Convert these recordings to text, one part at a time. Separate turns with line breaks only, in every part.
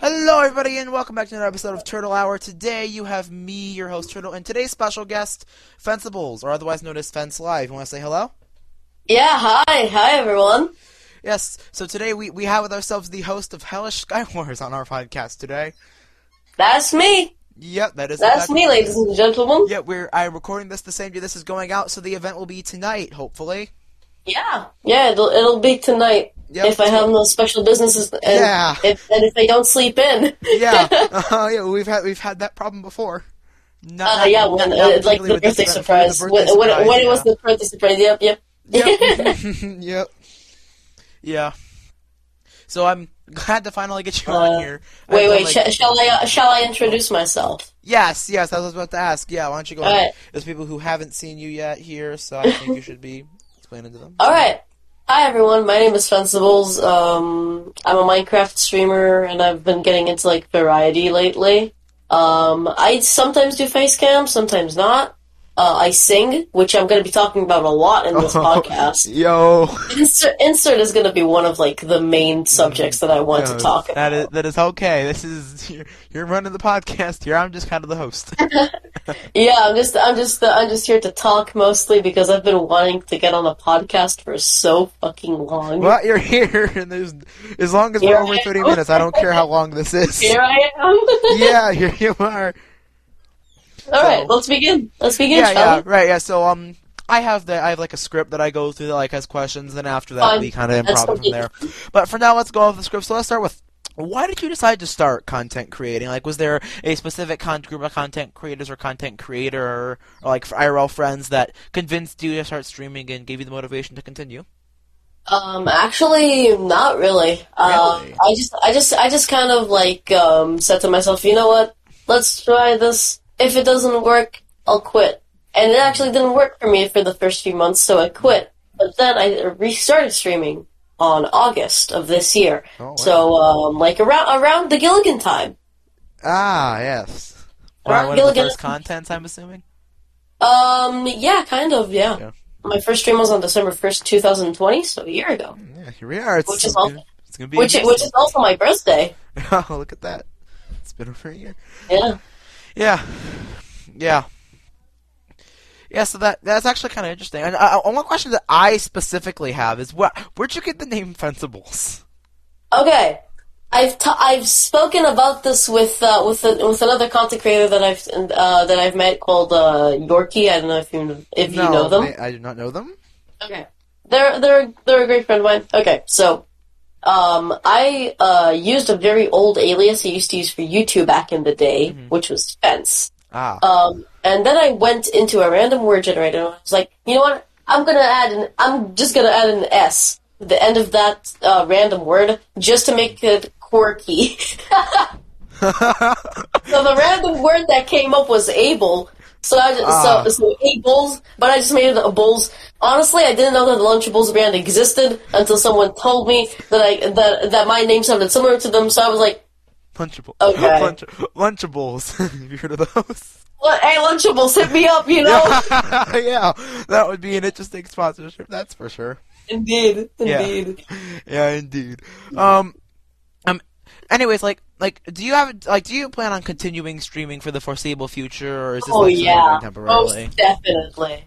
Hello, everybody, and welcome back to another episode of Turtle Hour. Today, you have me, your host Turtle, and today's special guest, Fenceables, or otherwise known as Fence Live. You want to say hello?
Yeah, hi, hi everyone.
Yes. So today, we we have with ourselves the host of Hellish Skywars on our podcast today.
That's me.
Yep, that is. in
That's
fact-
me, ladies and gentlemen.
Yeah, we're I'm recording this the same day this is going out, so the event will be tonight, hopefully.
Yeah. Yeah, it'll, it'll be tonight
Yep.
if I have no special businesses and,
Yeah.
if, and if I don't sleep in.
Yeah, uh, yeah, we've had we've had that problem before. Not,
Uh, yeah, when,
not
uh, like
particularly
the
with this
birthday
event, but
surprise.
the
when,
birthday
when,
surprise,
when it
yeah.
was the birthday surprise, yep, yep.
Yep. yep. Yeah. So I'm glad to finally get you
Uh,
on here. I
wait,
feel
wait,
like-
sh- shall I uh, shall I introduce myself?
yes, yes. I was about to ask. Yeah, why don't you go? ahead.
Alright.
There's people who haven't seen you yet here, so I think you should be explaining to them.
All right. Hi everyone. My name is Fensibles. Um, I'm a Minecraft streamer, and I've been getting into like variety lately. Um, I sometimes do face cam, sometimes not. Uh, I sing, which I'm going to be talking about a lot in
Oh.
this podcast.
Yo,
Insert, insert is going to be one of like the main subjects that I want to talk about.
that is that is okay. This is you're, you're running the podcast here. I'm just kind of the host.
Yeah, I'm just, I'm just, I'm just here to talk mostly because I've been wanting to get on a podcast for so fucking long.
well, you're here, and there's as long as we're
Here
over
I
30
am.
minutes, I don't care how long this is.
Here I am.
yeah, here you are.
All right,
So-
let's begin. Let's begin,
yeah, yeah,
shall we?
right, yeah. So um, I have the I have like a script that I go through that like has questions, and after that
Fine.
we kind of
That's
improv from
something.
there. But for now, let's go off the script. So let's start with. Why did you decide to start content creating? Like, was there a specific con- group of content creators or content creator or, or like IRL friends that convinced you to start streaming and gave you the motivation to continue?
Um, actually, not really. Uh,
Really?
I just, I just, I just kind of like um, said to myself, you know what? Let's try this. If it doesn't work, I'll quit. And it actually didn't work for me for the first few months, so I quit. But then I restarted streaming on August of this year.
Oh, wow.
So, um, like around around the Gilligan time.
Ah, yes.
Ron
Or one of the
Gilligan-
first contents, I'm assuming.
Um, yeah, kind of, yeah.
Yeah.
My first stream was on December first, two thousand twenty, so a year ago,
Yeah, here we are. It's,
Which is
it's gonna,
awesome.
it's gonna be.
which which is also my birthday.
oh, look at that! It's been over a year.
Yeah.
Yeah, yeah, yeah. So that that's actually kind of interesting. And uh, uh, one question that I specifically have is where where'd you get the name Fenceables?
Okay, I've t- I've spoken about this with uh, with a, with another content creator that I've uh, that I've met called uh, Yorkie. I don't know if you if you know them.
I, I do not know them.
Okay, they're they're they're a great friend of mine. Okay, so um, I uh, used a very old alias I used to use for YouTube back in the day, which was Fence.
Ah,
Um, and then I went into a random word generator and I was like, you know what? I'm gonna add an. I'm just gonna add an S to the end of that uh, random word just to make it quirky. so the random word that came up was able. So I just,
Ah.
so so ables, but I just made it a bulls. Honestly, I didn't know that the Lunchables brand existed until someone told me that I that that my name sounded similar to them. So I was like,
Lunchable.
okay.
Lunch, Lunchables. Have you heard of those?
"Well, hey, Lunchables, hit me up, you know.
yeah, that would be an interesting sponsorship. That's for sure.
Indeed,
Yeah.
indeed.
Yeah, indeed. Um, um. Anyways, like, like, do you have like, do you plan on continuing streaming for the foreseeable future, or is this
Oh
like something
yeah,
temporarily?
most definitely.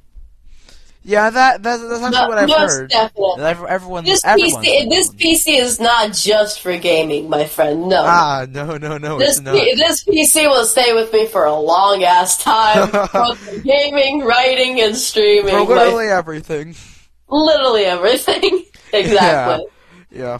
Yeah, that that's, that's actually
No-
what I've
most
heard.
definitely.
Ev- Everyone,
This
everyone.
PC, this PC is not just for gaming, my friend. No,
ah, no, no, no,
this
it's not.
P- this PC will stay with me for a long ass time. both for gaming, writing, and streaming.
For
my- literally,
literally everything.
everything. exactly.
Yeah.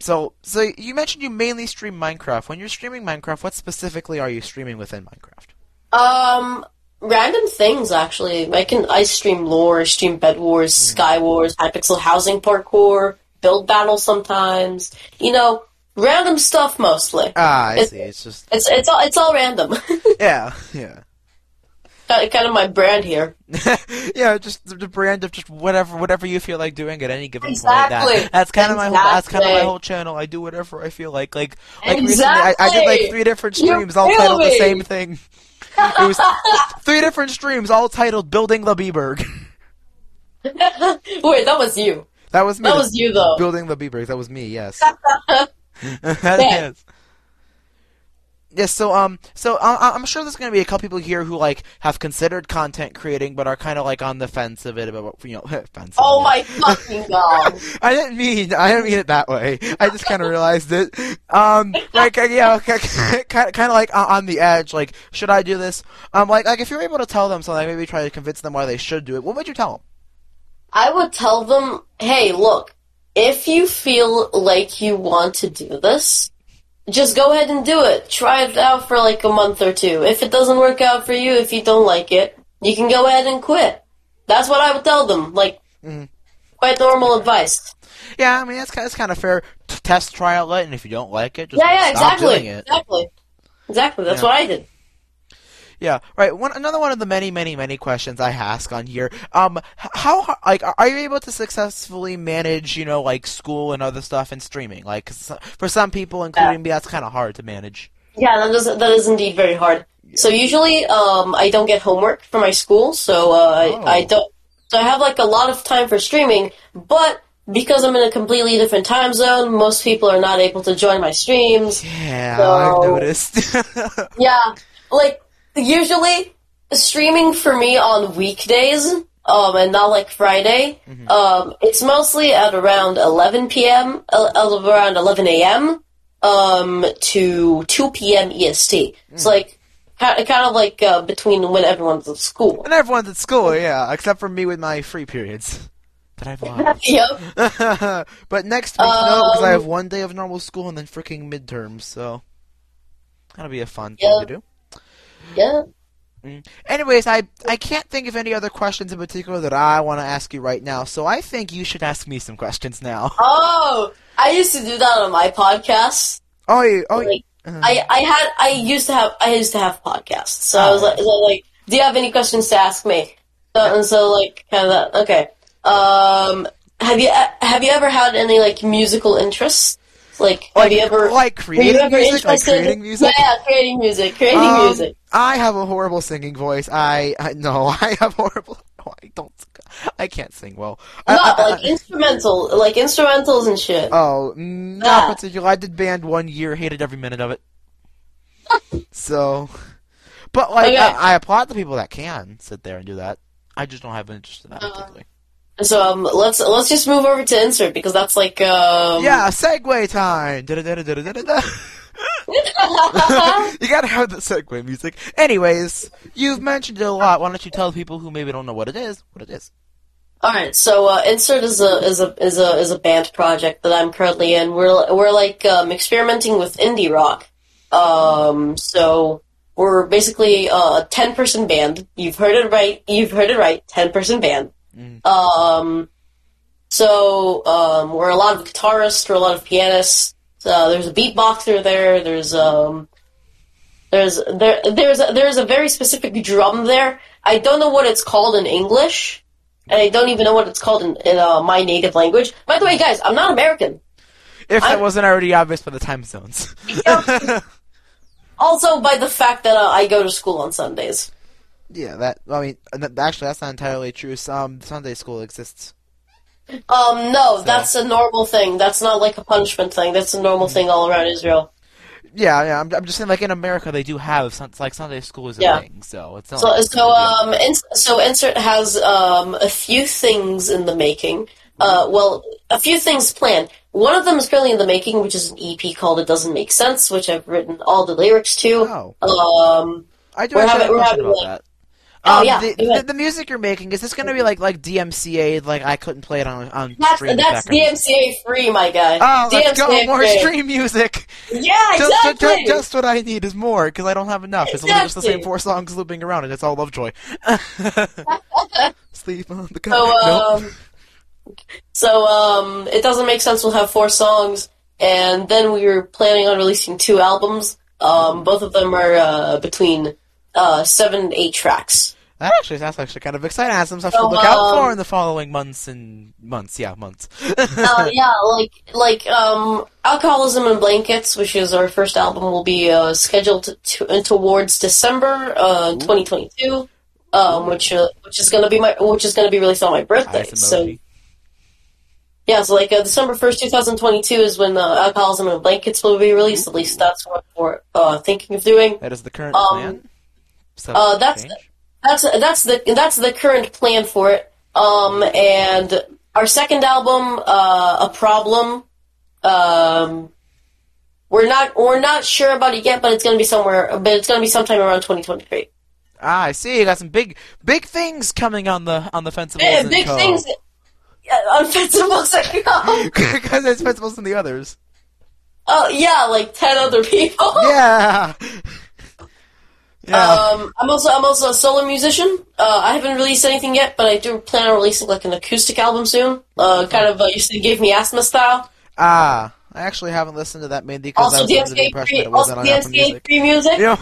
So, so you mentioned you mainly stream Minecraft. When you're streaming Minecraft, what specifically are you streaming within Minecraft?
Um, random things actually. I can I stream lore, I stream Bed Wars,
Hmm.
Sky Wars, Hypixel Housing Parkour, Build Battle sometimes. You know, random stuff mostly.
Ah, I
It's-
see. It's just
It's it's all it's all random.
yeah, yeah,
kind kind of my brand here.
yeah. Just the the brand of just whatever, whatever you feel like doing at any given point.
Exactly.
That, that's kind of my whole, that's kind of my
Exactly.
whole channel. I do whatever I feel like. Like, like recently, I, I did
Exactly.
like three different
You
streams all
feel
titled the
me.
same thing. It was three different streams all titled "Building the Beeberg."
Wait, that was you.
That was me.
That was you though.
Building the Beeberg. That was me. Yes. that
Yeah.
is. Yes, so um, so I, I'm sure there's going to be a couple people here who like have considered content creating, but are kind of like on the fence a bit about you know fence.
Oh
yeah.
my fucking god.
I didn't mean I didn't mean it that way. I just kind of realized it. Um, like uh, yeah, kind of kind of like on on the edge. Like, should I do this? Um, like like if you're able to tell them something, maybe try to convince them why they should do it. What would you tell them?
I would tell them, hey, look, if you feel like you want to do this, just go ahead and do it. Try it out for like a month or two. If it doesn't work out for you, if you don't like it, you can go ahead and quit. That's what I would tell them. Like,
Mm-hmm.
quite normal advice.
Yeah, I mean that's kind that's kind of fair. T- test trial it, and if you don't like it, just
Yeah, yeah,
stop doing
exactly.
it.
Exactly. Exactly. That's what I did.
Yeah, right. One another one of the many, many, many questions I ask on here. Um, h- how har- like are you able to successfully manage you know like school and other stuff and streaming? Like 'cause so- for some people, including me, that's kind of hard to manage.
Yeah, that is, that is indeed very hard. So usually, um, I don't get homework for my school, so uh,
Oh.
I, I don't. So I have like a lot of time for streaming, but because I'm in a completely different time zone, most people are not able to join my streams.
Yeah, I've
So-
noticed.
Yeah, like usually streaming for me on weekdays, um, and not like Friday. Um, it's mostly at around 11 p.m. el- el- around 11 a.m. um to 2 p.m. EST. E It's like kind of like uh, between when everyone's at school.
and everyone's at school, yeah, except for me with my free periods that I've lost.
Yep.
but next week, no, because I
Um,
have one day of normal school and then freaking midterms, so that'll be a fun
Yeah.
thing to do.
Yeah.
Anyways, I I can't think of any other questions in particular that I want to ask you right now, so I think you should ask me some questions now.
Oh, I used to do that on my podcast.
Oh, you, oh, you-
Like, I, I had I used to have I used to have podcasts. So I
Oh.
was like, so like, do you have any questions to ask me? So, and so like kind of that. Okay. Um, have you have you ever had any like musical interests? Like have you ever
like
were you
creating
ever
music, like
interested?
creating music.
Yeah, yeah, creating music, creating
Um,
music.
I have a horrible singing voice. I, I no, I have horrible. No, I don't. I can't sing well. I-
Not
I- I-
like instrumental, like instrumentals and shit.
oh, not
Ah.
particular. I did band one year, hated every minute of it. so, but like,
Okay.
I, I applaud the people that can sit there and do that. I just don't have an interest in that
Uh,
particularly.
so um, let's let's just move over to insert because that's like um,
Yeah, segue time. Da-da-da-da-da-da-da. you gotta have the segue music. Anyways, you've mentioned it a lot. Why don't you tell people who maybe don't know what it is what it is?
All right, so uh, Insert is a is a is a is a band project that I'm currently in. We're we're like um, experimenting with indie rock. Um, so we're basically uh, a ten person band. You've heard it right. You've heard it right. Ten person band. Um, so um, we're a lot of guitarists. We're a lot of pianists. Uh, there's a beatboxer there. There's um, there's there there's a, there's a very specific drum there. I don't know what it's called in English and I don't even know what it's called in, in uh, my native language. By the way, guys, I'm not American.
If that
I'm-
wasn't already obvious by the time zones.
Also, by the fact that uh, I go to school on Sundays.
yeah, that. I mean, and that- actually, that's not entirely true. Some Sunday school exists.
Um, no, that's a normal thing. That's not like a punishment thing. That's a normal thing all around Israel.
Yeah, yeah. I'm, I'm just saying, like in America, they do have some, like Sunday school is a
Yeah.
thing, so it's not.
So,
like it's
so
a big deal.
um, ins- so insert has um a few things in the making. Uh, well, a few things planned. One of them is currently in the making, which is an EP called "It Doesn't Make Sense," which I've written all the lyrics to.
Oh,
Um,
I do
we're
actually have
having-
a
we're
question
having,
about
like-
that.
Oh,
Um,
yeah,
the,
go
the,
ahead.
the music you're making is this going to be like like DMCA? Like I couldn't play it on on
that's
stream. back
that's
on-
DMCA free, my guy.
Oh, let's
DMCA
go! More
free.
stream music.
Yeah,
Just,
exactly.
just, just, just what I need is more because I don't have enough. It's literally just the same
Exactly.
four songs looping around, and it's all Lovejoy. Sleep on the couch.
so,
Nope.
um, so um, it doesn't make sense. We'll have four songs, and then we were planning on releasing two albums. Um, both of them are uh, between uh, seven and eight tracks.
That actually that's actually kind of exciting. That's some stuff to
So,
look out
um,
for in the following months and months. Yeah, months.
Uh, yeah, like like um, alcoholism and blankets, which is our first album, will be uh, scheduled to, towards December uh, 2022. Um, which uh, which is gonna be my which is gonna be released on my birthday.
Eyes
So
emoji.
Yeah, so like uh, December 1st, 2022 is when the Alcoholism and Blankets will be released. At least that's what we're uh, thinking of doing.
That is the current
Um,
plan. So
uh, that's- That's that's the that's the current plan for it. Um, and our second album, uh, a problem. Um, we're not we're not sure about it yet, but it's gonna be somewhere. But it's gonna be sometime around 2023.
ah, I see. You got some big, big things coming on the on the fence.
Yeah, Eh, big things. Yeah, on Festivals. oh
because there's principals and the others.
Uh, yeah, like ten other people.
Yeah. yeah.
Um, I'm also I'm also a solo musician. Uh, I haven't released anything yet, but I do plan on releasing like an acoustic album soon. Uh, kind of uh, you said gave me asthma style.
ah, I actually haven't listened to that mainly because I
Also
was under the
DMCA
impression
free,
that it
also
wasn't on Apple
DMCA
Music.
free music.
You know,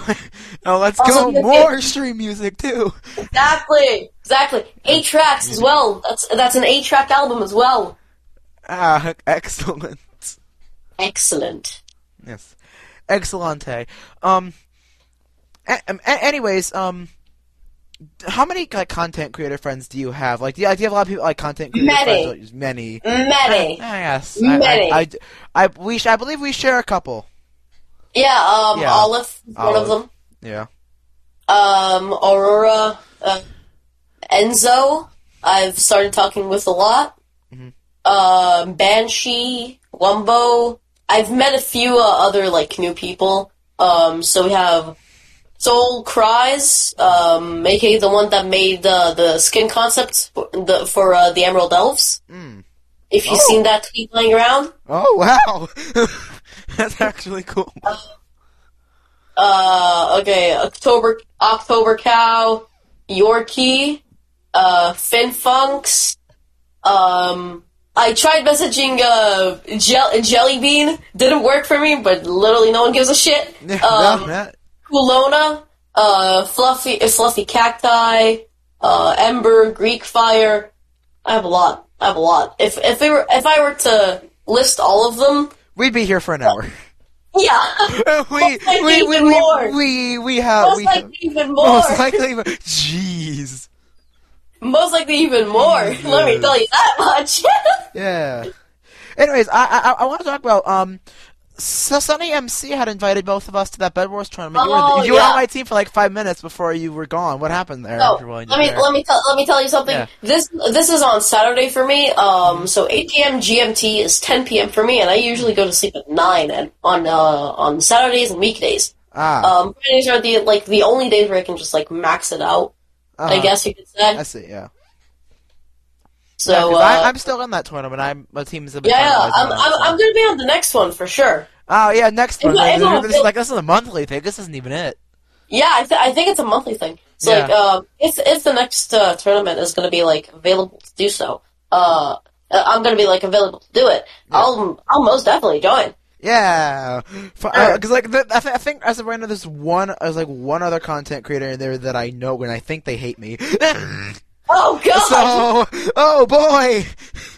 no, let's
Also
go
DMCA
more stream music too.
Exactly, exactly. Eight tracks as well. That's that's an eight track album as well.
Ah, excellent.
Excellent.
Yes, excellente. Um, a- um, a- anyways, um, how many like content creator friends do you have? Like, do you, like, do you have a lot of people like content creator
Many.
friends? Like, Many.
Many.
Ah, yes.
Many.
I, I, I, I, we, sh- I believe we share a couple.
Yeah. Um.
Yeah.
Olive, is one
Olive.
of them.
Yeah.
Um. Aurora. Uh, Enzo. I've started talking with a lot.
Mhm.
Um. Banshee. Wumbo. I've met a few uh, other like new people. Um. So we have. Soul Cries, um, aka the one that made uh, the skin concept for, the, for uh, the Emerald Elves.
Mm.
If you've
Oh.
seen that tweet lying around,
Oh wow, that's actually cool.
uh, okay, October October Cow, Yorkie, uh, Fin Funks. Um, I tried messaging uh, Jell Jelly Bean, didn't work for me, but literally no one gives a shit.
Yeah,
Um,
no, that-
Kulona, uh, Fluffy uh, Fluffy Cacti, uh, Ember, Greek Fire. I have a lot. I have a lot. If if they were if I were to list all of them,
we'd be here for an hour.
yeah.
we,
likely
we, we,
even more.
we, we, we have. Oh,
Most
we
likely even more.
most likely, jeez.
Most likely even more. Let me tell you that much.
Yeah. Anyways, I I, I want to talk about um. So Sunny MC had invited both of us to that Bed Wars tournament. You, were,
Oh,
you were on
yeah.
my team for like five minutes before you were gone. What happened there?
so,
If you're willing
let
to
me
share?
let me tell let me tell you something.
Yeah.
This this is on Saturday for me. Um, so 8 p.m. GMT is 10 p.m. for me, and I usually go to sleep at nine and on uh, on Saturdays and weekdays.
ah,
Um, Fridays are the like the only days where I can just like max it out. I
uh-huh.
guess you could
I
say.
see. Yeah. Yeah,
So
'cause
uh,
I, I'm still in that tournament. I'm my team's a bit.
yeah, yeah, I'm, I'm, I'm gonna be on the next one for sure.
Oh yeah, next
It
one.
will- it will-
this is like this is a monthly thing. This isn't even it.
Yeah, I, th- I think it's a monthly thing. So like,
Yeah.
um, if if the next uh, tournament is going to be like available to do so, uh, I'm going to be like available to do it.
Yeah.
I'll I'll most definitely join.
Yeah,
Sure.
because like the, I, th- I think as of right now, there's one. There's like one other content creator in there that I know, and I think they hate me.
Oh god!
so, oh boy,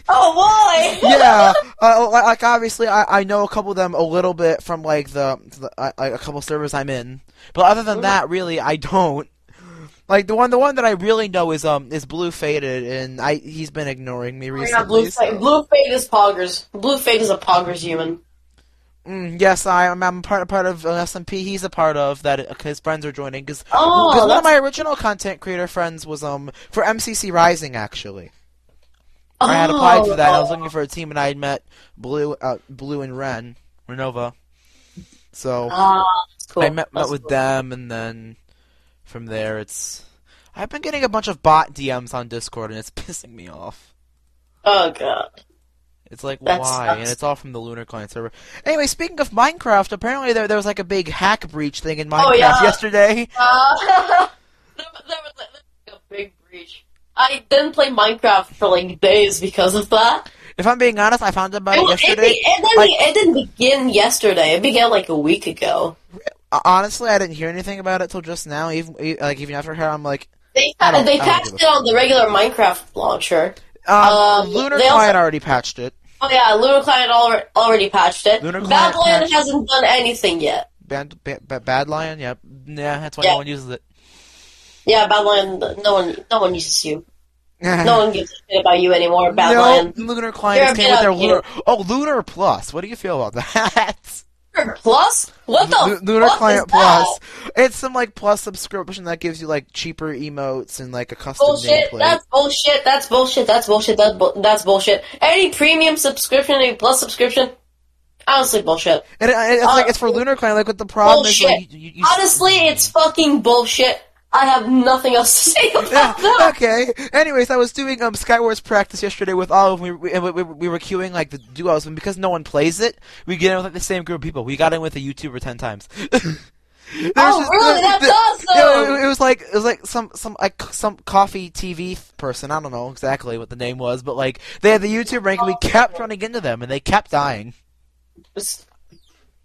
oh boy!
yeah. Uh, li- like obviously, I, I know a couple of them a little bit from like the, the uh, like, a couple servers I'm in, but other than that, really, I don't. Like the one, the one that I really know is um is Blue Faded, and I he's been ignoring me
We're
recently.
not Oh, blue,
so-
fade. blue fade is poggers. Blue fade is a poggers human.
Mm, yes, I am. I'm part part of uh, SMP. He's a part of that. uh, His friends are joining because
Oh,
one of
that's-
my original content creator friends was um for MCC Rising actually. I had applied for that. I was looking for a team, and I had met Blue, uh, Blue and Ren, Renova. So
Ah, that's cool.
I met, met
That's
with
cool.
them, and then from there, it's I've been getting a bunch of bot DMs on Discord, and it's pissing me off.
Oh god!
It's like
That
why,
sucks.
and it's all from the Lunar client server. Anyway, speaking of Minecraft, apparently there there was like a big hack breach thing in Minecraft
Oh, yeah.
yesterday.
Uh, there, was- there was like a big breach. I didn't play Minecraft for like days because of that.
If I'm being honest, I found out about
It,
it
was- it,
yesterday.
be- it, didn't, it didn't begin yesterday. It began like a week ago.
Uh, Honestly, I didn't hear anything about it till just now. Even e- like even after her, I'm like,
They
I don't-
they
I don't
patched
give a
it on the regular Minecraft launcher.
um,
Um,
Lunar
they
Client
also-
already patched it.
Oh yeah, Lunar Client already, already patched it.
Lunar Client
Babylon
patched-
hasn't done anything yet.
Bad, bad, bad, bad Lion, yep, yeah, that's why
Yeah.
no one uses it.
Yeah, Babylon, no one, no one uses you. no one gives a shit about you anymore,
no,
Badlands.
Lunar
You're
clients
a
came with their
bit
lunar. Oh, Lunar Plus. What do you feel about that?
Lunar Plus? What the
Lu- Lunar
fuck
Client
is that?
Plus. It's some like plus subscription that gives you like cheaper emotes and like a custom
Bullshit.
nameplate.
That's bullshit. That's bullshit. That's bullshit. That's bu- that's bullshit. Any premium subscription, any plus subscription, honestly, bullshit.
And it, it's like it's for Lunar Client. Like what the problem is, like,
Bullshit.
you, you, you
Honestly, it's fucking bullshit. I have nothing else to say about
Yeah,
that.
okay. Anyways, I was doing um Skywars practice yesterday with all of them. We, we, we, we were queuing like the duos, and because no one plays it, we get in with like, the same group of people. We got in with a YouTuber ten times. There's
Oh, really? That's awesome!
uh, yeah, it, it was like it was like some some like some coffee TV person. I don't know exactly what the name was, but like they had the YouTube rank, and we kept running into them, and they kept dying.
It's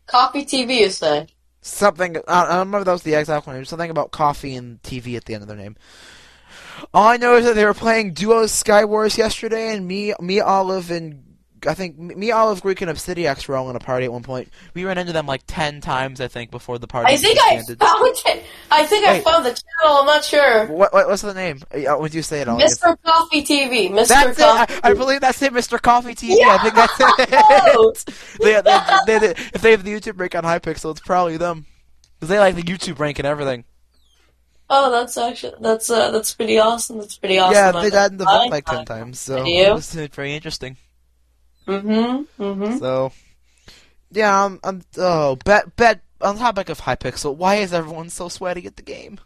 Copy TV, you say?
Something I, I don't remember. If that was the exact one. It was something about coffee and TV at the end of their name. All I know is that they were playing duos Sky Wars yesterday, and me, me, Olive, and I think me, Olive, Greek, and Obsidiax were all in a party at one point. We ran into them like ten times, I think, before the party.
I think I
ended.
found it. I think I
Wait.
found the channel. I'm not sure.
What, what, what's the name? Uh, Would you say it all?
Mr. Coffee TV. Mr.
That's it.
Coffee.
I, I believe that's it, Mr. Coffee TV. I think that's
Oh!
it. they, they, they, they, if they have the YouTube rank on Hypixel, it's probably them. 'Cause they like the YouTube rank and everything.
Oh, that's actually that's uh, that's pretty awesome. That's pretty awesome.
yeah, they died in the vote
I-
like ten times, so
Do you?
it was uh, very interesting.
Mm-hmm. Mm-hmm.
So, yeah, I'm. I'm oh, bet, bet. On the topic of Hypixel, why is everyone so sweaty at the game?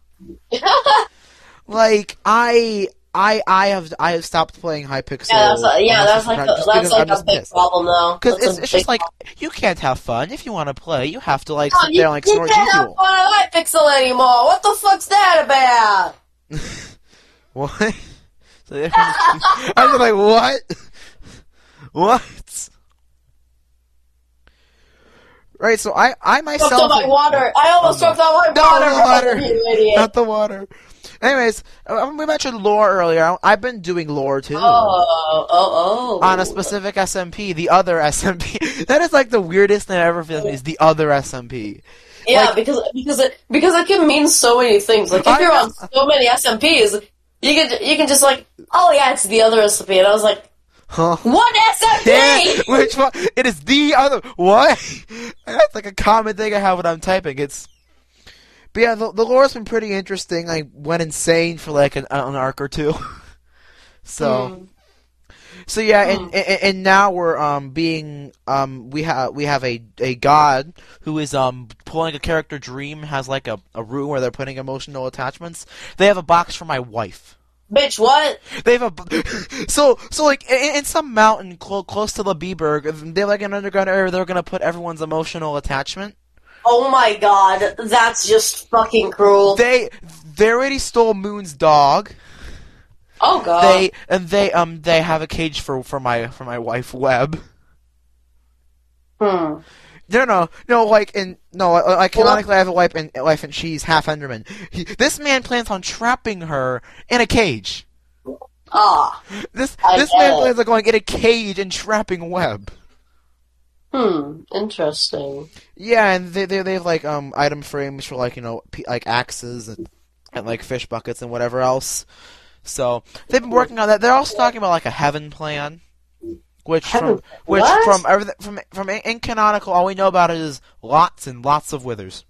Like, I, I, I have, I have stopped playing Hypixel.
yeah, that's uh, yeah,
on
that's
Switch
like
Prime
a,
just
that's
because I'm
like a
just
big
pissed.
problem though.
'Cause
That's
it's,
a
it's just
big
like
problem.
you can't have fun if you want to play. You have to like
Oh,
sit there and, like snort
can't have
G-Fuel.
fun on iPixel anymore. What the fuck's that about?
What? so everyone's- I was like, what? what? Right. So I, I myself.
Dropped all my water. I almost dropped all my
No,
water.
no water.
You idiot.
not the water. Anyways, uh, we mentioned lore earlier. I've been doing lore too.
Oh, oh, oh.
On a specific SMP, the other SMP. that is like the weirdest thing I ever feel is the other SMP.
Yeah,
Like-
because because it because it can mean so many things. Like if
I
you're
know.
on so many SMPs, you can you can just like, oh yeah, it's the other SMP, and I was like,
Huh?
one SMP.
Yeah, which one? It is the other. What? That's like a common thing I have when I'm typing. It's. But yeah, the, the lore's been pretty interesting. I went insane for like an, an arc or two. so. So yeah, and, and and now we're um being um we have we have a a god who is um pulling a character dream has like a, a room where they're putting emotional attachments. They have a box for my wife.
Bitch, what?
They have a b- so so like in, in some mountain clo- close to Labieberg, they have like an underground area. where They're gonna put everyone's emotional attachment.
Oh my god, that's just fucking cruel.
They they already stole Moon's dog.
oh god.
They and they um they have a cage for for my for my wife Web.
hmm.
No, no, no. Like in no, I- I canonically I have a wife and wife, and she's half Enderman. He, this man plans on trapping her in a cage.
Ah.
This
I
this man
know.
plans on going in a cage and trapping Web.
Hmm. Interesting.
Yeah, and they they they have like um item frames for like you know p- like axes and, and like fish buckets and whatever else. So they've been working on that. They're also talking about like a heaven plan, which
Heaven-
from which
what?
from everything from from in, in canonical all we know about it is lots and lots of withers.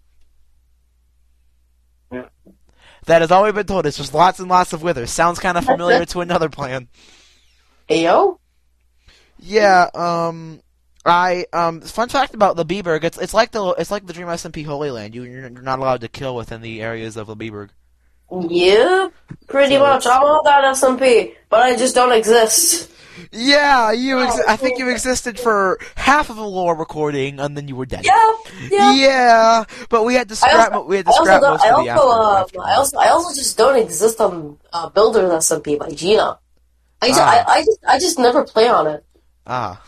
Yeah.
That has all we've been told. It's just lots and lots of withers. Sounds kind of familiar to another plan.
Ayo.
Yeah, um I um fun fact about the Beeberg, it's it's like the it's like the Dream SMP Holy Land. You you're not allowed to kill within the areas of the Beeberg.
Yep. Pretty
So
much. I'm all that SMP, but I just don't exist.
Yeah, you ex- I think you existed for half of a lore recording and then you were dead.
Yep. Yep.
Yeah, but we had to
I
scrap
also-
we had
I
to
also
scrap
don't-
most of
I
the
also,
after-
um,
after-
I also, I also just don't exist on uh, Builder SMP by Gina. I just,
Ah.
I, I just, I just never play on it.
Ah.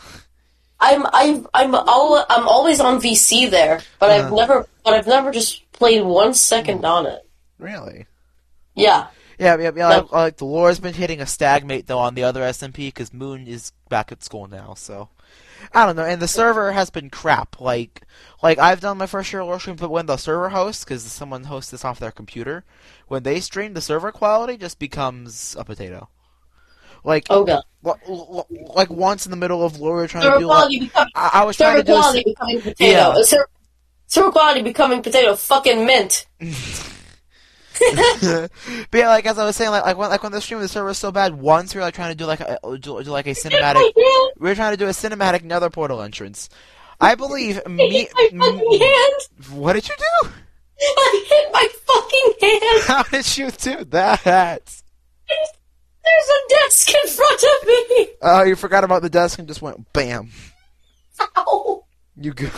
I'm, I'm, I'm all, I'm always on VC there, but I've
Uh-huh. Mm.
never, but I've never just played one second on it.
Really?
Yeah.
Yeah, yeah, yeah.
No.
Like, like the lore's been hitting a stagnate though on the other SMP because Moon is back at school now. So I don't know. And the server has been crap. Like, like I've done my first year of lore stream, but when the server hosts, because someone hosts this off their computer, when they stream, the server quality just becomes a potato. Like,
Oh god.
l- l- l- like once in the middle of Laura trying to
Cerebral
do like,
quality becoming
I-, I was trying to do. a
cerebral quality becoming potato.
Yeah.
Cere- cerebral quality becoming potato. Fucking mint.
but yeah, like as I was saying, like like when like when the stream of the server was so bad, once we were like trying to do like a do, do like a cinematic.
My
We were trying to do a cinematic nether portal entrance. I believe
hand. I
me.
hit my fucking hand.
What did you do?
I hit my fucking hand.
How did you do that?
There's a desk in front of me.
Oh, you forgot about the desk and just went bam.
Ow.
You good?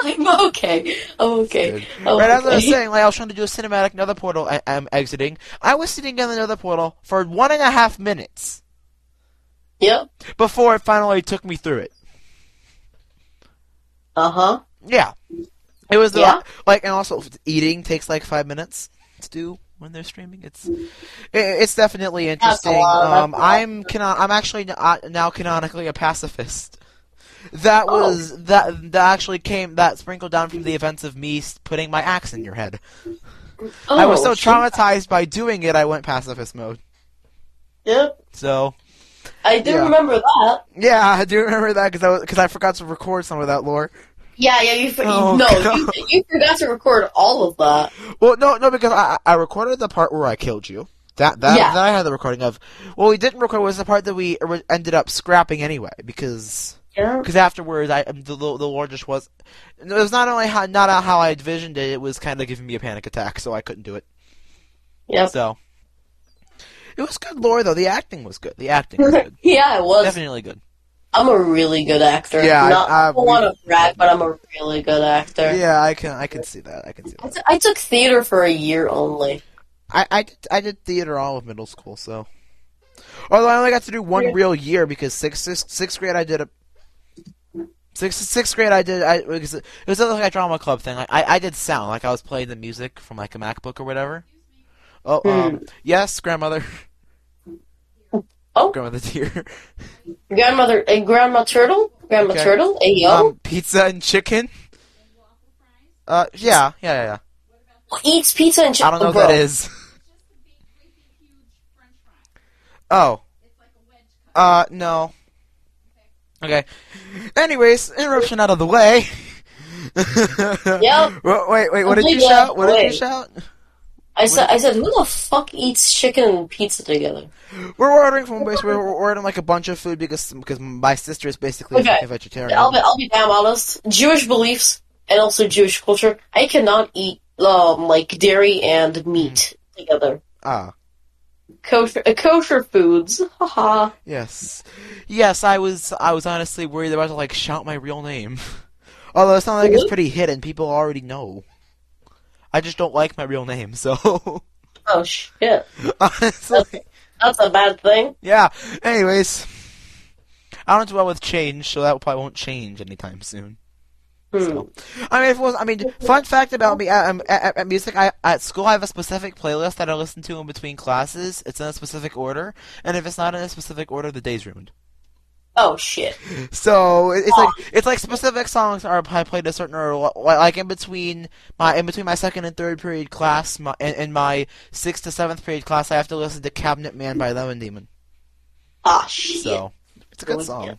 I'm okay. I'm okay. I'm
Right as I was
okay.
saying, like I was trying to do a cinematic nether portal. I- I'm exiting. I was sitting in the nether portal for one and a half minutes
Yep.
before it finally took me through it.
Uh huh.
Yeah, it was the,
Yeah?
like, and also eating takes like five minutes to do when they're streaming. It's it, it's definitely interesting.
lot, that's
Um,
a lot.
I'm canon- I'm actually uh, now canonically a pacifist. That
Oh.
was that that actually came that sprinkled down from the events of me s- putting my axe in your head.
Oh,
I was so
shit.
traumatized by doing it, I went pacifist mode.
Yep.
So
I do
Yeah.
remember that.
yeah, I do remember that because I was- 'cause I forgot to record some of that lore.
Yeah, yeah. You, for-
Oh,
no,
God.
you, you forgot to record all of that.
Well, no, no, because I I I recorded the part where I killed you. That that
Yeah.
that I had the recording of. What we didn't record was the part that we ori- ended up scrapping anyway because
Yeah.
because afterwards I the lo- the lore just was it was not only how not how I envisioned it it was kind of giving me a panic attack so I couldn't do it
Yep.
so it was good lore though the acting was good the acting was good
Yeah, it was.
definitely good
I'm a really good actor.
Yeah, I-
Not, I,
I-
don't want to brag, but I'm a really good actor.
yeah I can I can see that I can see
I,
that
t- I took theater for a year only.
I, I, did, I did theater all of middle school, so. Although I only got to do one
Yeah.
real year because sixth sixth sixth grade I did a sixth sixth grade I did I it was it was like a drama club thing. Like I, I did sound like I was playing the music from like a MacBook or whatever. Oh
Hmm.
um yes grandmother.
Oh.
grandmother dear.
Grandmother, uh, Grandma Turtle, Grandma
Okay.
Turtle, hey yo,
Um, pizza and chicken. Uh yeah yeah yeah. yeah.
Who eats pizza and
I
chicken.
don't know what
bro.
that is. Oh. Uh, no. Okay. Anyways, interruption out of the way.
Yep.
Wha- Wait, wait, what did you
Completely out of
shout?
the
What did
way.
you shout?
I said, I said, who the fuck eats chicken and pizza together?
We're ordering from basically we're we're ordering like a bunch of food because because my sister is basically
Okay.
a vegetarian.
I'll be, I'll be damn honest. Jewish beliefs and also Jewish culture, I cannot eat um like dairy and meat together.
Ah,
Kosher, uh, kosher foods, haha.
yes, yes. I was I was honestly worried about to like shout my real name. Although it's not like it's
Really?
pretty hidden, people already know. I just don't like my real name, so
Oh shit,
honestly.
that's a bad thing.
Yeah. Anyways, I don't dwell with change, so that probably won't change anytime soon.
Hmm.
I mean, if it was, I mean, fun fact about me at, um, at, at- at music, I at school I have a specific playlist that I listen to in between classes. It's in a specific order, and if it's not in a specific order, the day's ruined.
Oh shit.
So it- it's like it's like specific songs are I played a certain order, li- like in between my in between my second and third period class, my and, and my sixth to seventh period class, I have to listen to Cabinet Man by Lemon Demon.
Ah shit.
So it's a
Oh,
good song.
yeah.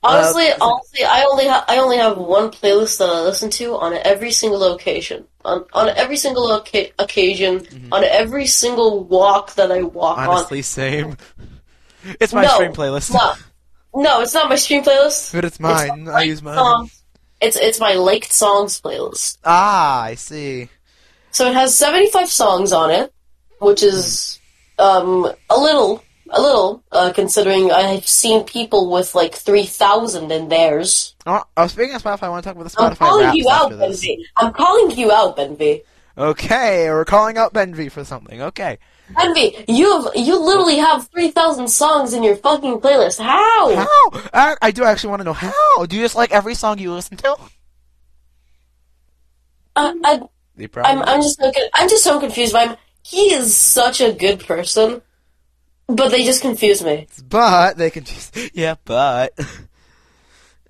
Honestly,
Uh,
honestly, I only ha- I only have one playlist that I listen to on every single occasion, on on every single oca- occasion, on every single walk that I walk
Mm-hmm. Honestly, same. It's my
No,
stream playlist,
on. No, no, it's not my stream playlist.
but it's mine. I use mine.
Songs. It's it's my liked songs playlist.
Ah, I see.
So it has seventy five songs on it, which is
Hmm.
um a little a little uh, considering I've seen people with like three thousand in theirs.
Oh, oh, speaking of Spotify, I want to talk about the
I'm
Spotify
calling
raps
you out,
after this.
Benvy. I'm calling you out, Benvy.
Okay, we're calling out Benvy for something. Okay,
Envy, you have you literally have three thousand songs in your fucking playlist. How?
how? I, I do actually want to know how. Do you just like every song you listen to?
I, I,
The
I'm I'm just so good. I'm just so confused. by him. he is such a good person, but they just confuse me.
but they can just yeah, but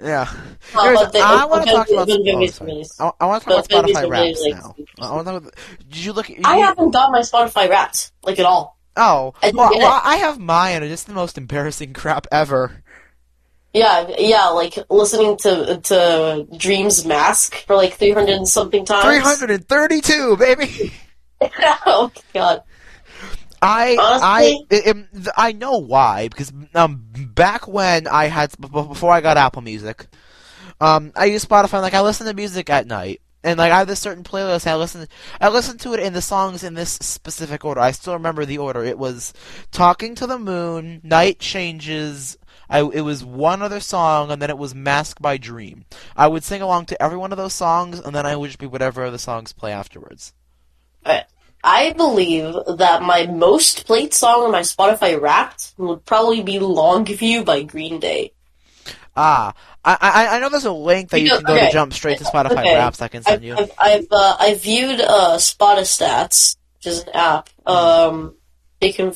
yeah.
Uh,
Here's-
but they-
I want to
but
talk
Benvy-
about.
Benvy
Oh,
is
sorry.
amazing.
I, I want to talk
But
about
Benvy's
Spotify
amazing.
raps now. I want to. Did you look? At,
I haven't got my Spotify Wrapped like at all.
Oh,
I
well,
didn't get
well,
it.
I have mine, and it's the most embarrassing crap ever.
Yeah, yeah, like listening to to Dream's Mask for like 300 and something times.
332, baby!
oh god.
I
Honestly?
I I, am- I know why because um back when I had b- b- before I got Apple Music, um I used Spotify like I listen to music at night and like I have this certain playlist I listen I listen to it in the songs in this specific order I still remember the order it was Talking to the Moon Night Changes. I, it was one other song, and then it was Mask by Dream. I would sing along to every one of those songs, and then I would just be whatever the songs play afterwards.
I believe that my most played song on my Spotify Wrapped would probably be Longview by Green Day.
Ah, I I, I know there's a link that you
Because-
can go to
okay.
jump straight to Spotify
Okay.
Raps. I can
I've
send you.
I've, I've, uh, I viewed uh, Spotastats, which is an app. Um, they can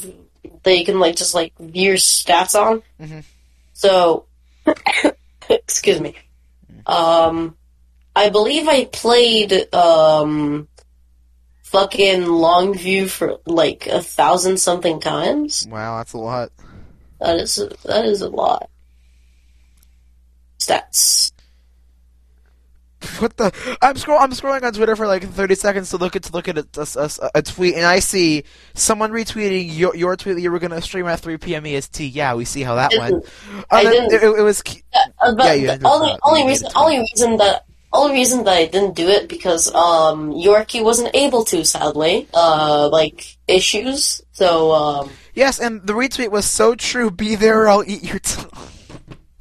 they can like just like view your stats on.
Mhm.
So, excuse me. Um, I believe I played um, fucking Longview for like a thousand something times.
Wow, that's a lot.
That is that is a lot. Stats.
What the? I'm scroll. I'm scrolling on Twitter for like 30 seconds to look at to look at a, a, a- a tweet, and I see someone retweeting your your tweet that you were gonna stream at 3 p.m. EST. E Yeah, we see how that went.
I
Oh, that-
didn't.
It, it was. cu-
Uh,
Yeah,
but
you ended
the
up
only
not
only
being
reason
able to.
only reason that only reason that I didn't do it because um Yorkie wasn't able to sadly uh like issues so um
Yes, and the retweet was so true. Be there, or I'll eat your tongue.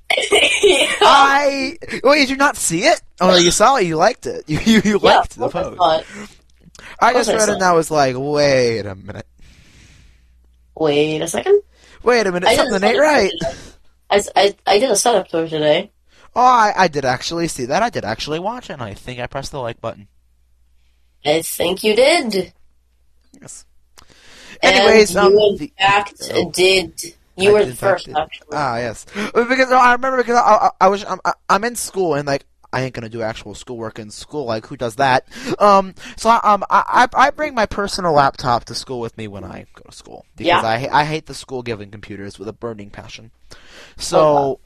yeah,
I. Wait, did you not see it? Oh, you saw it. You liked it. You you, you liked the
what I
post.
thought.
I just
Okay,
read
so-
it and I was like, wait a minute.
Wait a second.
Wait a minute.
I did a
Something ain't
setup tour
right.
today. I, s- I, I did a setup tour today.
Oh, I, I did actually see that. I did actually watch it, and I think I pressed the like button.
I think you did.
Yes. Anyways,
and you
um,
in
the-
fact
oh.
did. You
I
were
did
the
in fact
first
did.
actually.
Ah, yes. Because no, I remember because I, I, I was I'm, I- I'm in school and like I ain't gonna do actual schoolwork in school. Like who does that? Um, so I, um I I I bring my personal laptop to school with me when I go to school because
Yeah.
I I hate the school given computers with a burning passion. So.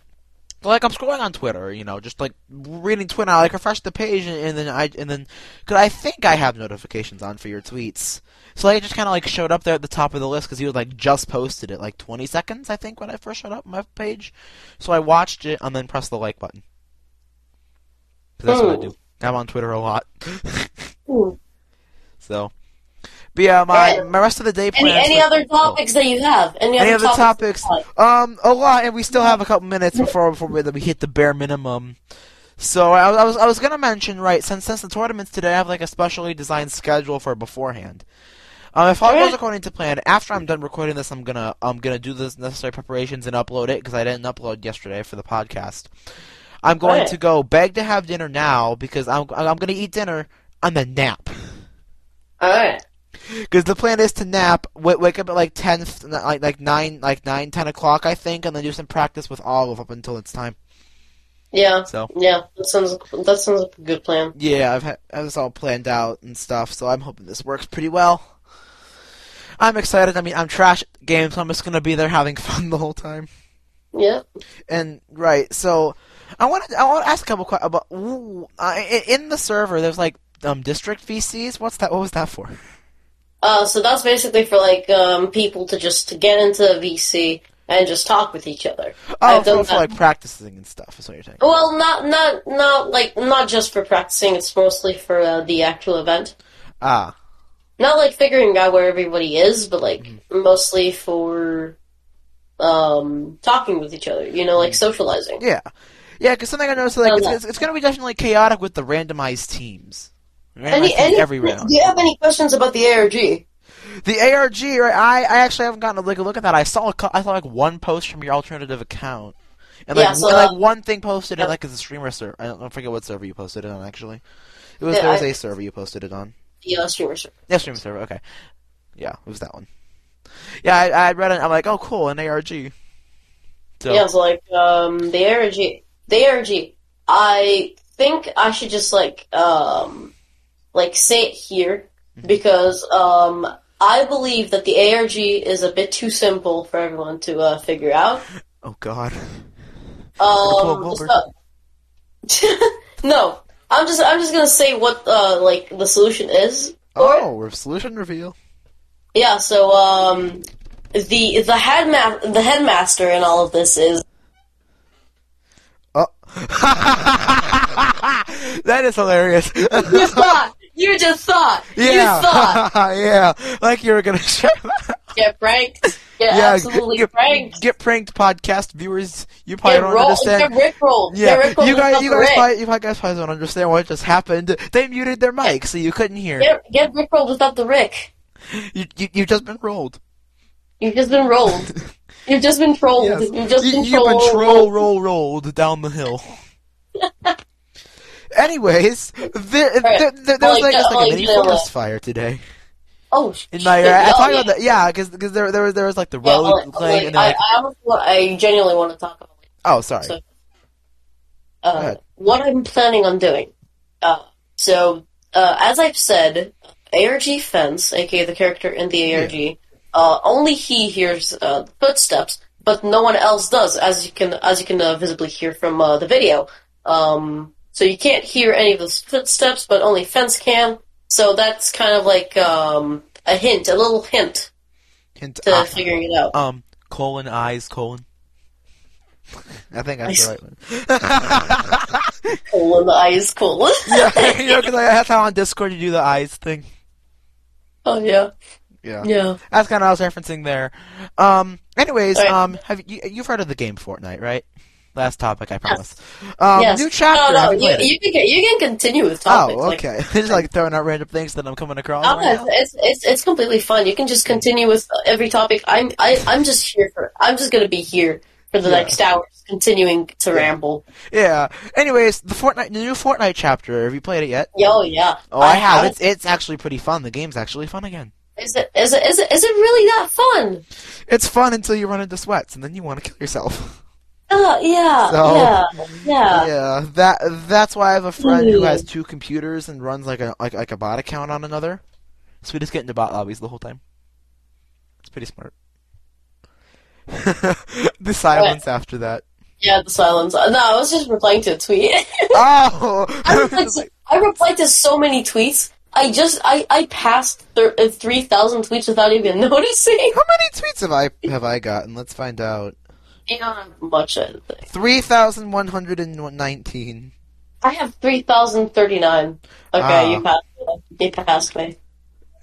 Like I'm scrolling on Twitter, you know, just like reading Twitter. I like refresh the page, and, and then I and then because I think I have notifications on for your tweets. So like, it just kind of like showed up there at the top of the list because he was like just posted it like 20 seconds I think when I first showed up on my page. So I watched it and then pressed the like button. 'Cause that's what I
Hmm.
do. I'm on Twitter a lot.
Hmm.
so, but yeah, my
Alright.
my rest of the day
Any
plans. Oh.
any
like-
other topics that you have? Any,
any
other
other
topics?
topics? Um, a lot, and we still have a couple minutes before before we, we hit the bare minimum. So I, was- I was I was gonna mention right since since the tournament's today, I have like a specially designed schedule for beforehand. Um, if all goes
Alright.
according to plan, after I'm done recording this, I'm gonna I'm gonna do the necessary preparations and upload it because I didn't upload yesterday for the podcast. I'm going
Alright.
to go beg to have dinner now because I'm I'm gonna eat dinner and then nap.
All right.
Because the plan is to nap, w- wake up at like ten, f- n- like like nine, like nine, ten o'clock, I think, and then do some practice with Olive up until it's time.
Yeah.
So
Yeah, that sounds that sounds like a good plan.
yeah, I've had this all planned out and stuff. So I'm hoping this works pretty well. I'm excited. I mean, I'm trash at the game, so I'm just gonna be there having fun the whole time.
Yeah.
And right, so I want to I want to ask a couple questions about ooh, I, i- in the server. There's like um district VCs. What's that? What was that for?
Uh, so that's basically for like um, people to just to get into a VC and just talk with each other.
Oh,
I've done
for, for
that.
like practicing and stuff. Is what you're saying.
Well, not not not like not just for practicing. It's mostly for uh, the actual event.
Ah.
Not like figuring out where everybody is, but like
Mm-hmm.
mostly for um, talking with each other. You know, like
Mm-hmm.
socializing.
Yeah, yeah. Because something I noticed, like,
Oh,
it's,
yeah.
it's, it's going to be definitely chaotic with the randomized teams. Randomized
Any,
teams
any,
every round.
do you have any questions about the ARG?
The ARG, right, I I actually haven't gotten a look, a look at that. I saw a cou- I saw like one post from your alternative account, and like,
Yeah, so,
and, like
uh,
one thing posted in
yeah.
like as a streamer server. I don't, I forget what server you posted it on actually. It was
Yeah,
there was
I-
a server you posted it on.
The uh, streamer server.
Yeah, streamer server. Okay, yeah, it was that one. Yeah, I, I read it. I'm like, oh, cool, an ARG. So
Yeah, it's like um, the ARG. The ARG. I think I
Mm-hmm.
should just like um, like say it here because um, I believe that the ARG is a bit too simple for everyone to uh, figure out.
Oh God.
Um, so- no, I'm just I'm just gonna say what uh, like the solution is. for it.
Oh, we're solution reveal.
Yeah, so um, the the headma- the headmaster in all of this is
Oh. that is hilarious.
you thought you just thought
yeah.
you thought
yeah. Like you were gonna show.
get pranked get
yeah.
absolutely
get,
pranked
get pranked, podcast viewers. You probably
get
don't
rolled get
understand.
rickrolled
yeah,
get rickrolled
you guys, you guys,
without the
probably, you guys probably don't understand what just happened. They muted their mic, so you couldn't hear.
rick get, get rickrolled without the rick
You, you, you've just been rolled.
you've just been rolled you've just been trolled
Yes.
you've just
You,
been
you've
trolled
been troll roll rolled down the hill. Anyways, there, there, there, there was like,
Like,
just like
uh,
a
like,
mini
you know,
forest
uh,
fire today.
oh sh-
In my,
shit,
I, I
oh,
talked
yeah.
about that, yeah, because there, there was there was like the
Yeah,
road
like,
thing,
like,
and then, like,
I, I, honestly want- I genuinely want to talk about it.
oh sorry,
so-
Go
uh,
ahead.
what I'm planning on doing. Uh, so, uh, as I've said, ARG Fence, aka the character in the ARG, uh, only he hears uh, the footsteps, but no one else does, as you can as you can uh, visibly hear from uh, the video. Um, so you can't hear any of those footsteps, but only Fence can. So that's kind of like um, a hint, a little hint
hint,
to
ah,
figuring it out.
um, colon eyes colon. I think that's the
Eyes.
right one.
Cool in the eyes, cool.
yeah, you know, because I that's how on Discord you do the eyes thing.
oh yeah,
Yeah,
yeah.
that's kind of what I was referencing there. Um, anyways,
Alright.
um, have you you've heard of the game Fortnite, right? Last topic, I promise. Um,
yes.
new chapter.
No, no,
have you
you,
played it?
you, can, you can continue with topics.
oh,
like,
okay. Just like throwing out random things that I'm coming across.
Oh,
right now.
it's, it's it's completely fun. You can just continue with every topic. I'm I, I'm just here for. I'm just gonna be here for the
Yeah.
next hour, continuing to ramble.
Yeah. Anyways, the Fortnite, the new Fortnite chapter. Have you played it yet?
Yo, yeah.
Oh, I, have. It's it's actually pretty fun. The game's actually fun again.
Is it is it is it is it really that fun?
It's fun until you run into sweats, and then you want to kill yourself.
Oh, yeah,
So-
yeah, yeah,
yeah. That that's why I have a friend who
Mm.
has two computers and runs like a like, like a bot account on another. So we just get into bot lobbies the whole time. It's pretty smart. the silence after that.
yeah. The silence. Uh, No, I was just replying to a tweet.
Oh,
I replied to, I replied to so many tweets. I just I I passed thir- uh, three thousand tweets without even noticing.
how many tweets have I have I gotten? Let's find out.
You don't have much. I don't think.
3,119.
I have three thousand thirty nine. Okay,
Ah.
you passed. Me. You passed me.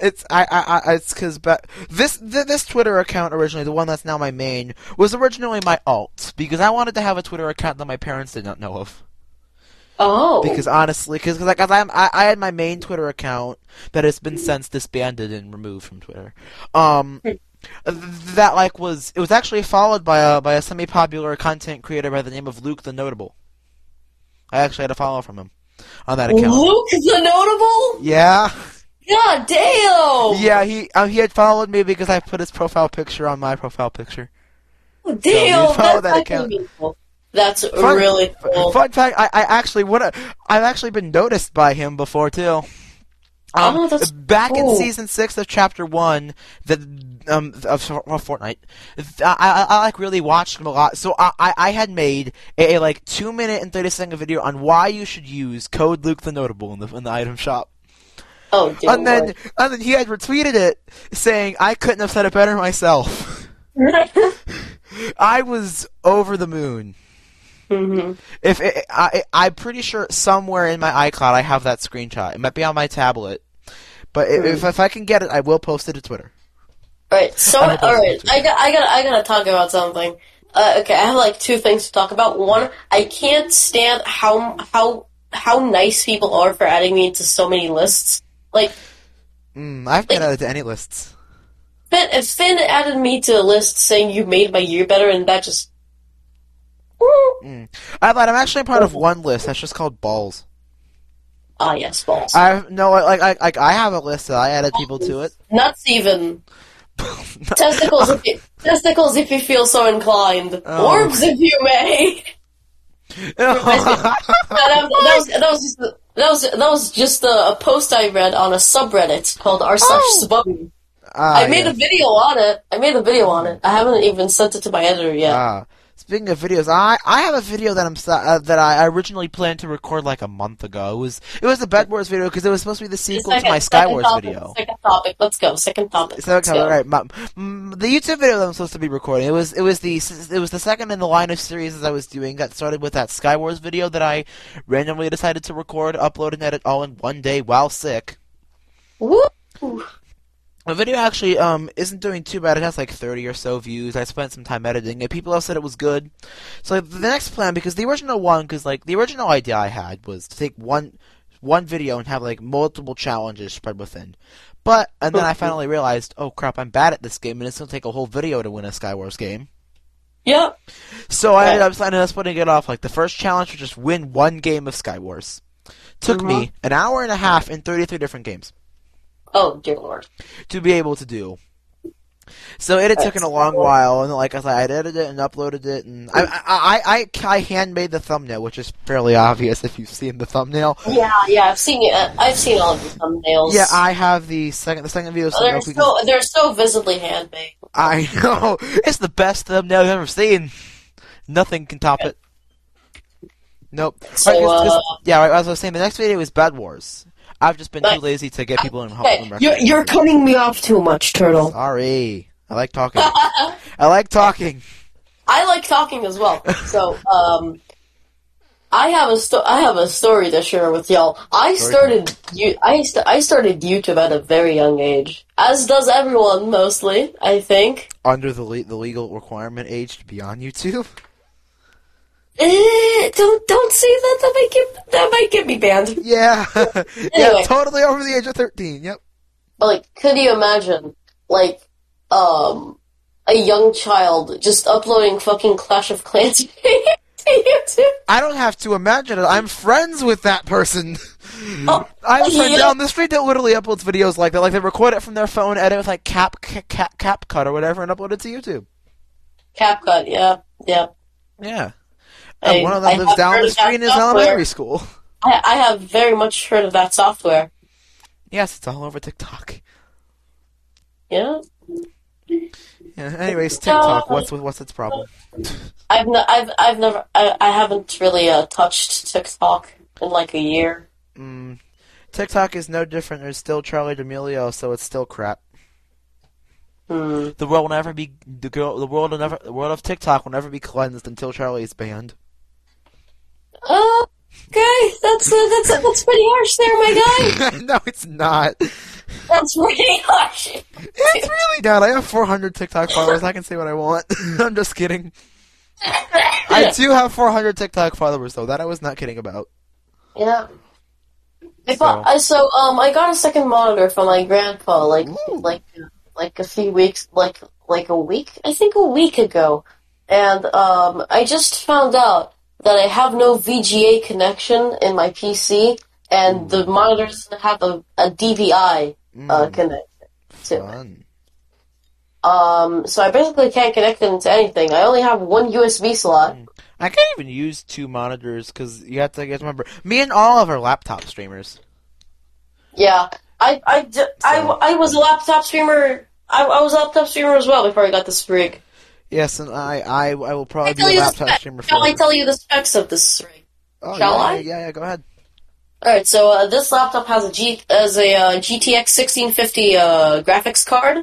It's I I, I it's because but this th- this Twitter account originally the one that's now my main was originally my alt because I wanted to have a Twitter account that my parents did not know of
Oh,
because honestly because like 'cause I'm, I I had my main Twitter account that has been since disbanded and removed from Twitter um th- that like was it was actually followed by a by a semi popular content creator by the name of Luke the Notable I actually had a follow from him on that account
Luke the Notable.
yeah.
God damn!
Yeah, he uh, he had followed me because I put his profile picture on my profile picture.
Oh, damn.
you follow
that's
that
fucking
account.
beautiful. That's
Fun-
really cool.
Fun fact: I, I actually would have I've actually been noticed by him before too. Um,
Oh, that's
back in
cool.
season six of chapter one, the um of, Fort- of Fortnite, th- I, I I like really watched him a lot. So I I, I had made a, a, like two minute and thirty second video on why you should use code Luke the Notable in the in the item shop.
oh, dear
and then and then he had retweeted it saying I couldn't have said it better myself.
Lord.
I was over the moon.
Mhm.
If it, I, I, I'm pretty sure somewhere in my iCloud I have that screenshot. It might be on my tablet, but i if if I can get it, I will post it to Twitter.
All right, so
I hope that's
all right,
good.
I got, I got, I gotta talk about something. Uh, okay, I have like two things to talk about. One, I can't stand how how how nice people are for adding me into so many lists. Like
Mm, I've been added to any lists.
Finn, if Finn added me to a list saying you made my year better, and that just
I, but I'm actually part of one list that's just called balls.
ah yes, balls.
I no like like like I have a list that I added people to it.
Nuts even. testicles if you, testicles if you feel so inclined.
Oh.
Orbs if you may. No, that, that was that was just the- that was that was just a, a post I read on a subreddit called r slash
Oh.
Sbubby.
Ah,
I made
yes.
a video on it. I made a video on it. I haven't even sent it to my editor yet.
Ah. Speaking of videos, I, I have a video that I'm s- uh, that I originally planned to record like a month ago. It was it was the Bed Wars video because it was supposed to be the sequel to my Sky Wars
topic,
video.
Second topic. Let's go. Second topic.
So
let's
okay,
go.
right, my, mm, the YouTube video that I'm supposed to be recording. It was it was the s- it was the second in the line of series that I was doing that started with that Sky Wars video that I randomly decided to record, upload, and edit all in one day while sick.
Woo!
The video actually um isn't doing too bad. It has like 30 or so views. I spent some time editing it. People have said it was good. So the next plan, because the original one, because like the original idea I had was to take one one video and have like multiple challenges spread within. But and then I finally realized, oh crap, I'm bad at this game, and it's gonna take a whole video to win a Skywars game.
Yep.
So I
Right.
ended up signing up splitting it off. Like the first challenge was just win one game of Skywars. Took me an hour and a half in 33 different games
Oh dear lord.
to be able to do. So it had taken a long while, and like I said, I had edited it and uploaded it, and I I I, I, I hand made the thumbnail, which is fairly obvious if you've seen the thumbnail.
Yeah, yeah. I've seen it. I've seen all of the thumbnails. Oh,
Yeah, I have the second the second video
they're
thumbnail because
so they're so visibly handmade.
I know it's the best thumbnail I've ever seen. Nothing can top it. Nope.
So,
Alright, 'cause- 'cause-
uh,
yeah, right, as I was saying, the next video is Bed Wars. I've just been too
Right.
lazy to get people in
Okay,
home.
You're, you're cutting me off too much, Turtle.
Sorry, I like talking. I like talking.
I like talking as well. So, um, I have a sto- I have a story to share with y'all. I started you I st- I started YouTube at a very young age, as does everyone mostly. I think.
under the le- the legal requirement age to be on YouTube.
Eh, don't don't say that. That might get that might get me banned.
Yeah, yeah,
Anyway.
totally over the age of thirteen. Yep.
But like, could you imagine, like, um, a young child just uploading fucking Clash of Clans to YouTube?
I don't have to imagine it. I'm friends with that person.
Oh,
I have a friend
yeah.
down the street that literally uploads videos like that. Like they record it from their phone, edit with like cap ca- cap cap cut or whatever, and upload it to YouTube.
CapCut, yeah, yeah.
Yeah.
I-
and one of
I
them lives
have
down
heard
the
of that
street and is in
software.
elementary school.
I, I have very much heard of that software.
Yes, it's all over TikTok.
Yeah,
Yeah. Anyways, TikTok. What's what's its problem?
I've no, I've I've never I, I haven't really uh, touched TikTok in like a year.
Mm. TikTok is no different. There's still Charlie D'Amelio, so it's still crap.
Hmm.
The world will never be the girl. The world will never. The world of TikTok will never be cleansed until Charlie is banned.
Oh, okay, that's uh, that's that's pretty harsh there, my guy.
no, it's not.
That's pretty harsh.
It's really not. I have 400 TikTok followers. I can say what I want. I'm just kidding. I do have 400 TikTok followers, though. That I was not kidding about.
Yeah. I
So-
bought, I, so um, I got a second monitor from my grandpa like
Ooh.
like like a few weeks like like a week I think a week ago, and um, I just found out that I have no VGA connection in my PC, and the monitor doesn't have a, a DVI uh,
Mm,
connection to it.
fun.
Um, so I basically can't connect it into anything. I only have one USB slot.
I can't even use two monitors because you have to. You have to remember, me and all of our laptop streamers.
Yeah, I I, d- I-
So-
I was a laptop streamer. I, I was a laptop streamer as well before I got this rig.
Yes, and I, I, I will probably
I
be
tell
a
you the
laptop
specs.
streamer.
Shall I
forever.
tell you the specs of this rig?
Oh,
shall
yeah,
I?
Yeah, yeah, go ahead.
All right, so uh, this laptop has a G as a uh, GTX 1650 uh, graphics card,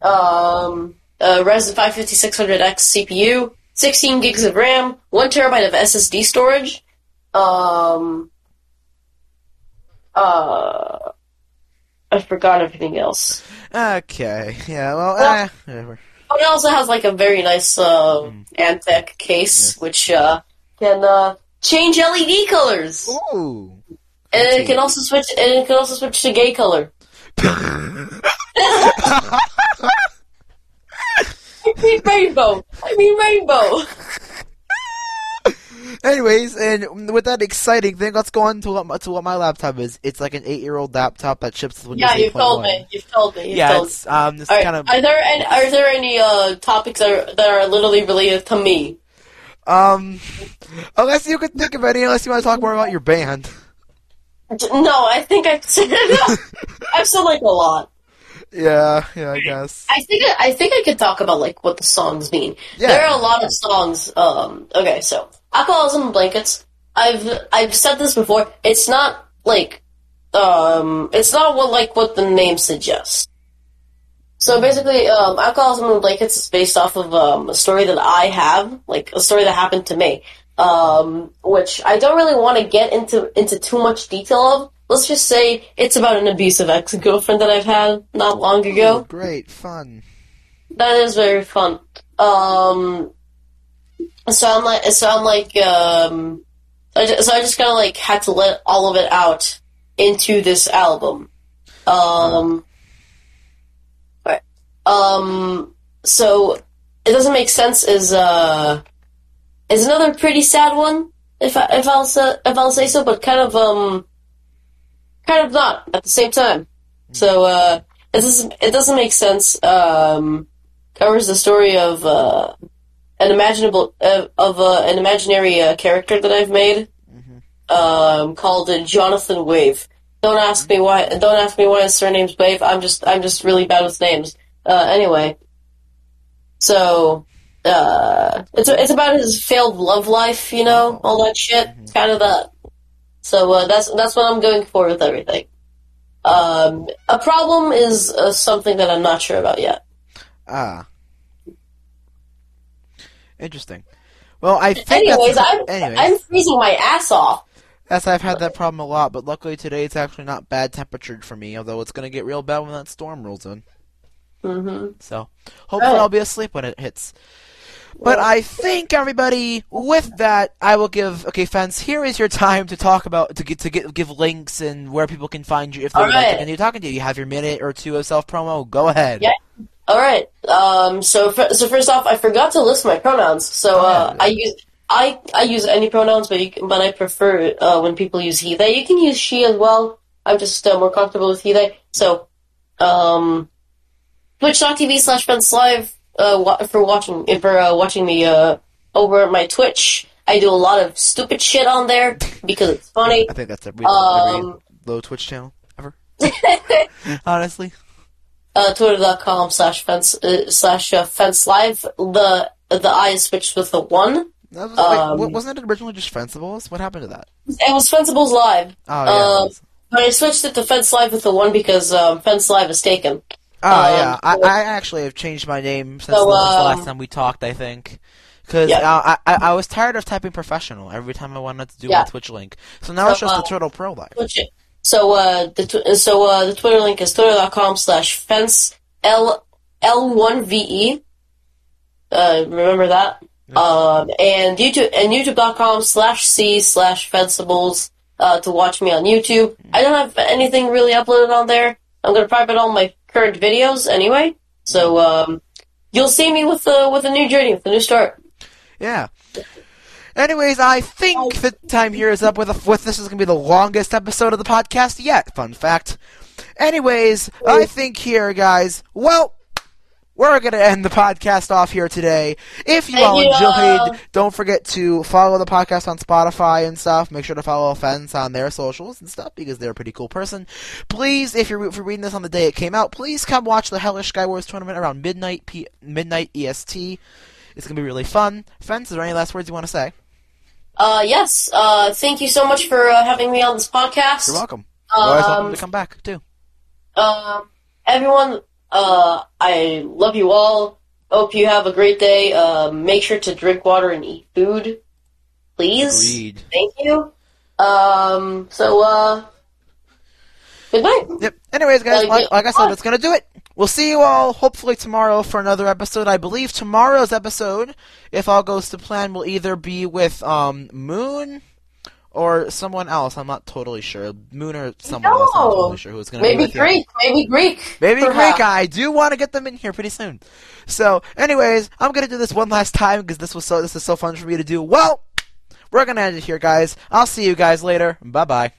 um, a Ryzen 5 5600X CPU, 16 gigs of RAM, one terabyte of SSD storage. Um, uh, I forgot everything else.
Okay. Yeah. Well,
Well-
eh, whatever.
Oh, it also has like a very nice uh,
Mm.
Antec case, which uh, can uh, change LED colors,
Ooh.
and it can also switch. And it can also switch to gay color. I mean rainbow. I mean rainbow.
Anyways, and with that exciting thing, let's go on to what my, to what my laptop is. It's like an eight-year-old laptop that ships with Windows
Yeah, you've
8.1.
told me. You've told me. You've
Yeah,
told me.
it's um, this
All right.
kind of
Are there any, are there any uh, topics that are, that are literally related to me?
um, unless you could think of any, unless you want to talk more about your band.
D- No, I think I've said enough. I've said like a lot.
yeah, yeah, I guess.
I think I think I could talk about like what the songs mean.
Yeah.
There are a lot of songs. Um, okay, so alcoholism and blankets. I've I've said this before. It's not like um, it's not what like what the name suggests. So basically, um, alcoholism and blankets is based off of um, a story that I have, like a story that happened to me, um, which I don't really want to get into into too much detail of. Let's just say it's about an abusive ex girlfriend that I've had not long ago.
Ooh, great, fun.
That is very fun. Um, so I'm like, so I'm like, um, I ju- so I just kind of like had to let all of it out into this album. Um, right. Um, so it doesn't make sense is uh is another pretty sad one if I, if I'll say, if I'll say so, but kind of um kind of not at the same time. So uh, it doesn't it doesn't make sense. Um, covers the story of uh, an imaginable uh, of uh, an imaginary uh, character that I've made um, called uh, Jonathan Wave. Don't ask me why. Don't ask me why his surname's Wave. I'm just I'm just really bad with names. Uh, anyway, so uh, it's it's about his failed love life, you know, all that shit, kind of that. So uh, that's that's what I'm going for with everything. Um, a problem is uh, something that I'm not sure about yet.
Ah, interesting. Well, I think
Anyways,
that's,
I'm
anyways,
I'm freezing my ass off.
Yes, I've had that problem a lot, but luckily today it's actually not bad temperatured for me, although it's going to get real bad when that storm rolls in.
hmm
So hopefully
Right.
I'll be asleep when it hits. But I think everybody, with that, I will give. Okay, fans, here is your time to talk about to get to get, give links and where people can find you if they
All
would like
right.
to continue talking to you. You have your minute or two of self promo. Go ahead.
Yeah. All right. Um. So f- so first off, I forgot to list my pronouns. So uh, I use I I use any pronouns, but you, can- but I prefer uh, when people use he they. You can use she as well. I'm just uh, more comfortable with he they. So, um, twitch.tv slash Fence Live uh, wa- for watching uh, for uh, watching me uh over at my Twitch. I do a lot of stupid shit on there because it's funny.
I think that's every, every
Um,
low Twitch channel ever. Honestly,
uh, twitter.com slash fence uh, slash uh, fence live the the i is switched with the one
That was like-
Um,
wa- wasn't it originally just Fencibles? What happened to that?
it was fenceables live
Oh yeah. it
Um,
was.
but i switched it to fence live with the one because um, fence live is taken
Oh yeah,
Um,
I,
so-
I actually have changed my name since
So,
the last-
um,
last time we talked. I think because
Yeah.
I, I I was tired of typing professional every time I wanted to do
Yeah.
a Twitch link. So now it's
So,
just the
uh,
Turtle Pro Live.
Twitch it. so uh the tw- so uh the twitter link is twitter.com slash fence l l1ve uh remember that um and youtube and youtube.com slash c slash fenceables uh, to watch me on YouTube. I don't have anything really uploaded on there. I'm gonna private all my current videos anyway. So um, you'll see me with the with a new journey, with a new start.
Yeah. Anyways, I
Oh.
think the time here is up. With a, with this is gonna be the longest episode of the podcast yet. Fun fact. Anyways,
Oh.
I think here, guys. Well. We're gonna end the podcast off here today. If you
Thank
all
you all.
enjoyed, don't forget to follow the podcast on Spotify and stuff. Make sure to follow Fence on their socials and stuff because they're a pretty cool person. Please, if you're, if you're reading this on the day it came out, please come watch the Hellish Skywars tournament around midnight P- midnight EST. It's gonna be really fun. Fence, is there any last words you want to say?
Uh, yes. Uh, thank you so much for uh, having me on this podcast.
You're welcome. You're always welcome
Um,
to come back too.
Um, everyone, uh, I love you all. Hope you have a great day. Uh, make sure to drink water and eat food, please.
Agreed.
Thank you. Um, so uh, good night.
Yep. Anyways, guys,
Like,
like, like I said,
what?
that's gonna do it. We'll see you all hopefully tomorrow for another episode. I believe tomorrow's episode, if all goes to plan, will either be with um Moon or someone else. I'm not totally sure. Moon or someone else. I'm not
No.
totally sure who's gonna be
Maybe
with you.
Greek. Maybe Greek.
Maybe
perhaps.
Greek. I do want to get them in here pretty soon. So, anyways, I'm gonna do this one last time because this was so this is so fun for me to do. Well, we're gonna end it here, guys. I'll see you guys later. Bye bye.